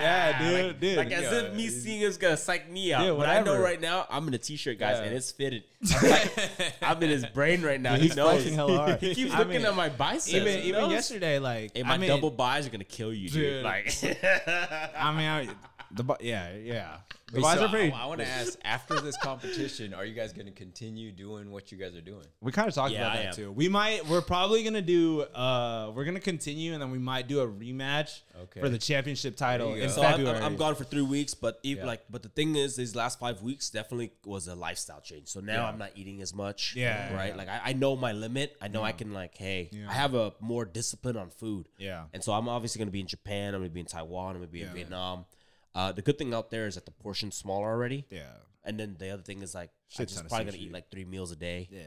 Speaker 1: Yeah, dude,
Speaker 2: like,
Speaker 1: dude.
Speaker 2: like as
Speaker 3: Yeah,
Speaker 2: if me
Speaker 3: it's-
Speaker 2: seeing it's gonna psych me out.
Speaker 1: Yeah,
Speaker 2: but I know
Speaker 1: whatever.
Speaker 2: right now I'm in a t-shirt, guys,
Speaker 3: Yeah.
Speaker 2: and it's fitted. I'm, like, I'm in his brain right now.
Speaker 1: he's
Speaker 2: he knows.
Speaker 1: flexing hella hard.
Speaker 2: He keeps
Speaker 1: I
Speaker 2: looking
Speaker 1: mean,
Speaker 2: at my biceps.
Speaker 1: even
Speaker 2: he
Speaker 1: even
Speaker 2: knows.
Speaker 1: yesterday, like,
Speaker 2: Hey, my
Speaker 1: I mean,
Speaker 2: double buys are gonna kill you, dude.
Speaker 1: Dude.
Speaker 2: Like,
Speaker 1: I mean, I, the bu- yeah, yeah, the
Speaker 3: Wait,
Speaker 1: buys
Speaker 3: so
Speaker 1: are
Speaker 2: oh,
Speaker 1: pretty.
Speaker 3: I, want to ask after this competition, are you guys going to continue doing what you guys are doing?
Speaker 1: we kind of talked
Speaker 2: Yeah,
Speaker 1: about
Speaker 2: I
Speaker 1: that
Speaker 2: am.
Speaker 1: too. We might, we're probably gonna do, uh, we're gonna continue, and then we might do a rematch
Speaker 3: Okay.
Speaker 1: for the championship title
Speaker 3: you
Speaker 1: in
Speaker 3: go.
Speaker 2: so I'm,
Speaker 1: February.
Speaker 2: I'm, I'm gone for three weeks, but even
Speaker 3: Yeah.
Speaker 2: like, but the thing is, these last five weeks definitely was a lifestyle change. So now I'm not eating as much.
Speaker 1: Yeah, Mm.
Speaker 2: right.
Speaker 1: yeah.
Speaker 2: Like I, I know my limit. I know I can like, hey, I have a more discipline on food.
Speaker 1: Yeah.
Speaker 2: And so I'm obviously gonna be in Japan. I'm gonna be in Taiwan. I'm gonna be in Vietnam. Uh, the good thing out there is that the portion's smaller already.
Speaker 1: Yeah,
Speaker 2: And then the other thing is like, I'm
Speaker 1: Shit
Speaker 2: just
Speaker 1: ton of
Speaker 2: probably gonna
Speaker 1: sushi.
Speaker 2: eat like three meals a day.
Speaker 1: yeah,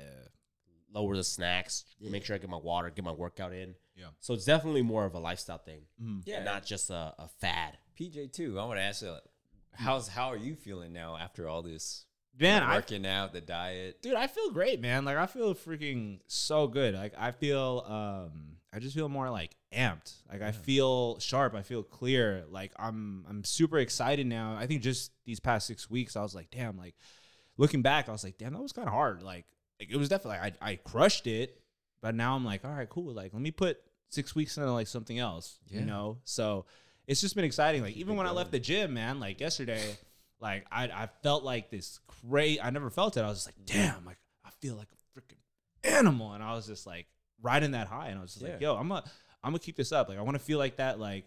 Speaker 2: lower the snacks, make sure I get my water, get my workout in.
Speaker 1: Yeah. Mm-hmm.
Speaker 2: So it's definitely more of a lifestyle thing,
Speaker 3: Yeah,
Speaker 2: not just a, a fad.
Speaker 3: PJ too. I want to ask you, how's how are you feeling now after all this
Speaker 1: Man, I
Speaker 3: working out, the diet?
Speaker 1: dude, I feel great, man. Like I feel freaking so good. Like I feel um I just feel more like amped. Like I feel sharp, I feel clear. Like I'm I'm super excited now. I think just these past 6 weeks I was like, damn, like looking back I was like, damn, that was kind of hard. Like, like it was definitely like, I I crushed it, but now I'm like, all right, cool. Like let me put 6 weeks into like something else,
Speaker 3: Yeah.
Speaker 1: you know? So it's just been exciting. Like even when I left the gym, man, like yesterday, like I, I felt like this crazy. I never felt it. I was just like, damn, like I feel like a freaking animal, and I was just like riding that high, and I was just like,
Speaker 3: Yeah.
Speaker 1: yo, I'm a, I'm gonna keep this up. Like I want to feel like that, like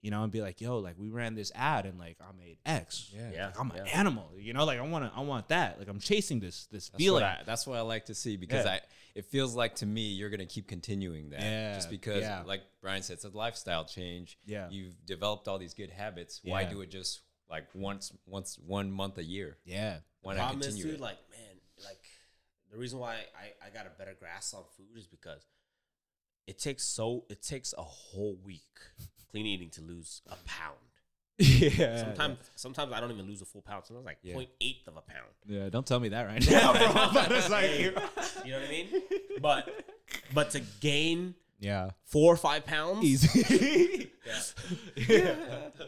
Speaker 1: you know, and be like, yo, like we ran this ad, and like I made X.
Speaker 3: Yeah,
Speaker 2: Yeah.
Speaker 1: Like, I'm an
Speaker 2: yeah.
Speaker 1: animal, you know. Like I want to, I want that. Like I'm chasing this, this
Speaker 3: That's
Speaker 1: feeling.
Speaker 3: what I, that's what I like to see because
Speaker 1: Yeah.
Speaker 3: I it feels like to me you're gonna keep continuing that.
Speaker 1: Yeah,
Speaker 3: Just because
Speaker 1: yeah.
Speaker 3: like Brian said, it's a lifestyle change.
Speaker 1: Yeah.
Speaker 3: You've developed all these good habits. Why
Speaker 1: Yeah.
Speaker 3: do it just like once once one month a year?
Speaker 1: yeah,
Speaker 3: Why not
Speaker 2: Problem is,
Speaker 3: continue?
Speaker 2: dude,
Speaker 3: it?
Speaker 2: like man, like the reason why I, I got a better grasp on food is because it takes so it takes a whole week clean eating to lose a pound.
Speaker 1: yeah.
Speaker 2: Sometimes sometimes I don't even lose a full pound. Sometimes like
Speaker 3: Yeah.
Speaker 2: 0.8 of a pound.
Speaker 1: yeah. Don't tell me that right now, bro. I'm about to psych you.
Speaker 2: You know what I mean? But but to gain
Speaker 1: Yeah,
Speaker 2: four or five pounds
Speaker 1: easy.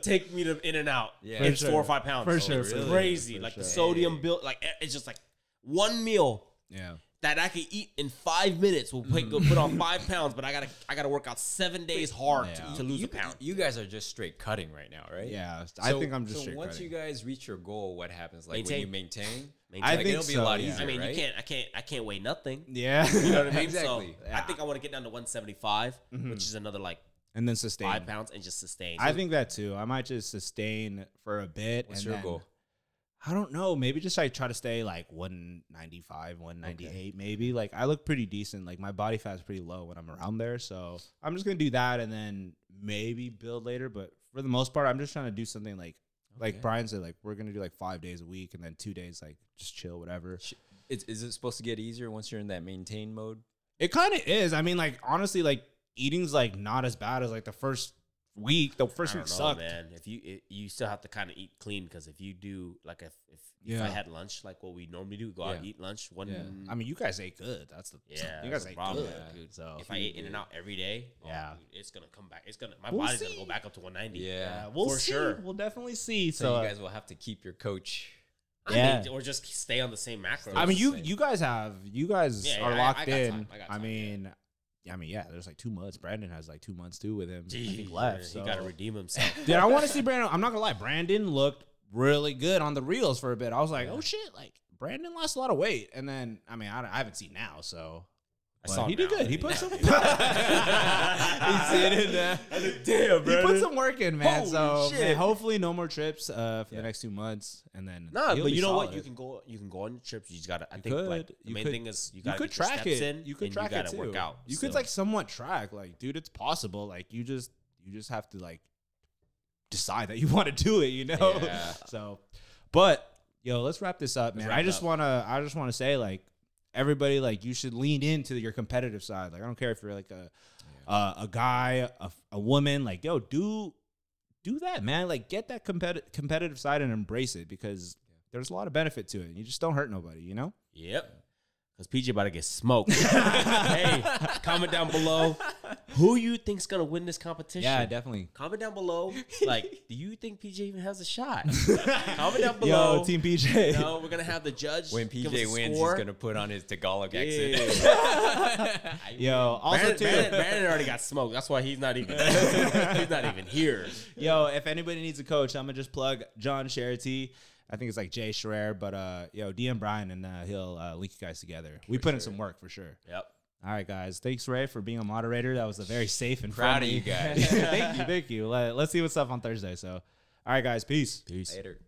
Speaker 2: take me to in and out.
Speaker 3: Yeah.
Speaker 2: it's
Speaker 1: For
Speaker 2: four
Speaker 1: sure.
Speaker 2: or five pounds.
Speaker 1: For
Speaker 2: It's
Speaker 1: sure, for
Speaker 2: crazy.
Speaker 1: sure.
Speaker 2: like the
Speaker 1: For sure.
Speaker 2: sodium build, like it's just like one meal
Speaker 1: yeah.
Speaker 2: that I could eat in five minutes will put, go put on five pounds, but I gotta I gotta work out seven days hard
Speaker 1: Yeah.
Speaker 2: to, to lose
Speaker 3: you,
Speaker 2: a pound.
Speaker 3: You guys are just straight cutting right now, right?
Speaker 1: Yeah, I think I'm just
Speaker 3: so
Speaker 1: straight
Speaker 3: once
Speaker 1: cutting.
Speaker 3: you guys reach your goal, what happens? Like
Speaker 2: Maintain.
Speaker 3: when you maintain,
Speaker 2: Maintain. I
Speaker 3: like,
Speaker 1: think
Speaker 3: it'll be
Speaker 1: so,
Speaker 3: a lot
Speaker 1: yeah.
Speaker 3: easier.
Speaker 2: I mean,
Speaker 3: right?
Speaker 2: you can't I can't I can't weigh nothing.
Speaker 1: yeah,
Speaker 2: You know what I mean?
Speaker 3: Exactly.
Speaker 2: So I think I want to get down to 175, which is another like
Speaker 1: and then sustain.
Speaker 2: five pounds, and just sustain.
Speaker 1: Mm-hmm. I think that too. I might just sustain for a bit.
Speaker 3: What's
Speaker 1: and
Speaker 3: your
Speaker 1: then-
Speaker 3: goal?
Speaker 1: I don't know. Maybe just like try to stay like 195, 198, maybe. Like I look pretty decent. Like my body fat's pretty low when I'm around there. So I'm just gonna do that and then maybe build later. But for the most part, I'm just trying to do something like like
Speaker 3: Okay.
Speaker 1: Brian said, like we're gonna do like five days a week and then two days like just chill, whatever.
Speaker 3: Is, is it supposed to get easier once you're in that maintain mode?
Speaker 1: It kind of is. I mean, like honestly, like eating's like not as bad as like the first week. The
Speaker 2: I
Speaker 1: first
Speaker 2: don't
Speaker 1: week
Speaker 2: know,
Speaker 1: sucked.
Speaker 2: man. If you it, you still have to kind of eat clean because if you do like if if, if I
Speaker 1: Yeah.
Speaker 2: had lunch like what we normally do, go out and
Speaker 3: Yeah.
Speaker 2: eat lunch one.
Speaker 3: Yeah.
Speaker 1: I mean, you guys ate good. That's the
Speaker 2: Yeah,
Speaker 1: You
Speaker 2: that's
Speaker 1: guys
Speaker 2: the
Speaker 1: ate
Speaker 2: problem,
Speaker 1: good.
Speaker 3: yeah.
Speaker 2: dude.
Speaker 1: So
Speaker 2: If I ate in and out every day, oh,
Speaker 1: Oh, Yeah.
Speaker 2: dude, it's gonna come back. It's gonna my
Speaker 1: We'll
Speaker 2: body's gonna
Speaker 1: see.
Speaker 2: go back up to 190.
Speaker 1: Yeah,
Speaker 3: Yeah.
Speaker 1: uh, we'll
Speaker 2: for
Speaker 1: see.
Speaker 2: sure.
Speaker 1: We'll definitely see.
Speaker 3: So,
Speaker 1: So, uh,
Speaker 3: you guys will have to keep your coach.
Speaker 2: I
Speaker 1: Yeah.
Speaker 2: mean, or just stay on the same macros.
Speaker 1: I mean, you
Speaker 3: Same.
Speaker 1: you guys have you guys
Speaker 2: Yeah, yeah,
Speaker 1: are
Speaker 2: I- I
Speaker 1: locked
Speaker 2: got
Speaker 1: in.
Speaker 2: time. I got time, yeah.
Speaker 1: mean, I mean, yeah. There's like two months. Brandon has like two months too with him. I
Speaker 2: Jeez,
Speaker 1: think left.
Speaker 2: he
Speaker 1: So.
Speaker 2: gotta redeem himself.
Speaker 1: Dude, I want to see Brandon. I'm not gonna lie. Brandon looked really good on the reels for a bit. I was like, oh shit, like Brandon lost a lot of weight. And then I mean, I, I haven't seen now, so
Speaker 2: I
Speaker 1: But
Speaker 2: saw
Speaker 1: he
Speaker 2: him
Speaker 1: did
Speaker 2: now.
Speaker 1: good. He
Speaker 2: I
Speaker 1: put
Speaker 2: mean,
Speaker 1: some. he
Speaker 2: said it,
Speaker 1: uh,
Speaker 2: I said, Damn,
Speaker 1: He
Speaker 2: bro.
Speaker 1: put some work in, man.
Speaker 2: Holy
Speaker 1: so man,
Speaker 2: shit.
Speaker 1: hopefully, no more trips uh, for
Speaker 3: Yeah.
Speaker 1: the next two months, and then
Speaker 2: Nah,
Speaker 1: he'll
Speaker 2: but
Speaker 1: be
Speaker 2: you know what?
Speaker 1: solid.
Speaker 2: You can go. You can go on trips. You just gotta. I think
Speaker 1: could.
Speaker 2: like, the
Speaker 1: You
Speaker 2: main
Speaker 1: could-
Speaker 2: thing is you
Speaker 1: you
Speaker 2: gotta
Speaker 1: could
Speaker 2: get your
Speaker 1: track
Speaker 2: steps
Speaker 1: it.
Speaker 2: In,
Speaker 1: you could
Speaker 2: and
Speaker 1: track
Speaker 2: you
Speaker 1: it
Speaker 2: gotta
Speaker 1: too.
Speaker 2: Work out.
Speaker 1: you could
Speaker 2: So,
Speaker 1: like somewhat track, like, dude, it's possible. Like, you just you just have to like decide that you want to do it, you know.
Speaker 3: Yeah.
Speaker 1: so, but yo, let's wrap this up, man.
Speaker 2: wrap
Speaker 1: I
Speaker 2: it
Speaker 1: just
Speaker 2: up.
Speaker 1: wanna, I just wanna say, like, everybody, like, you should lean into your competitive side. Like, I don't care if you're like a uh, a guy, a, a woman, like, yo, do do that, man. Like, get that competitive competitive side and embrace it because. There's a lot of benefit to it. You just don't hurt nobody, you know?
Speaker 2: Yep. Cause PJ about to get smoked. hey, comment down below who you think's gonna win this competition.
Speaker 1: definitely.
Speaker 2: Comment down below, like, do you think PJ even has a shot? Comment down below.
Speaker 1: Yo, Team PJ.
Speaker 2: No, we're gonna have the judge.
Speaker 3: When
Speaker 2: give
Speaker 3: PJ
Speaker 2: us a
Speaker 3: wins,
Speaker 2: score.
Speaker 3: he's gonna put on his Tagalog
Speaker 2: Yeah.
Speaker 3: accent.
Speaker 1: Yo, also
Speaker 2: Brandon,
Speaker 1: too.
Speaker 2: Brandon, Brandon already got smoked. That's why he's not even. he's not even here.
Speaker 1: Yo, if anybody needs a coach, I'm gonna just plug John Charity. I think it's like Jay Schreier, but uh, yo, DM Brian and uh, he'll uh, link you guys together. we put in some work for sure.
Speaker 2: Yep.
Speaker 1: All right, guys. Thanks, Ray, for being a moderator. That was a very safe and
Speaker 3: Proud of
Speaker 1: friendly-
Speaker 3: you guys.
Speaker 1: thank you, thank you. Let, let's see what's up on Thursday. So, all right, guys. Peace.
Speaker 2: Peace.
Speaker 3: Later.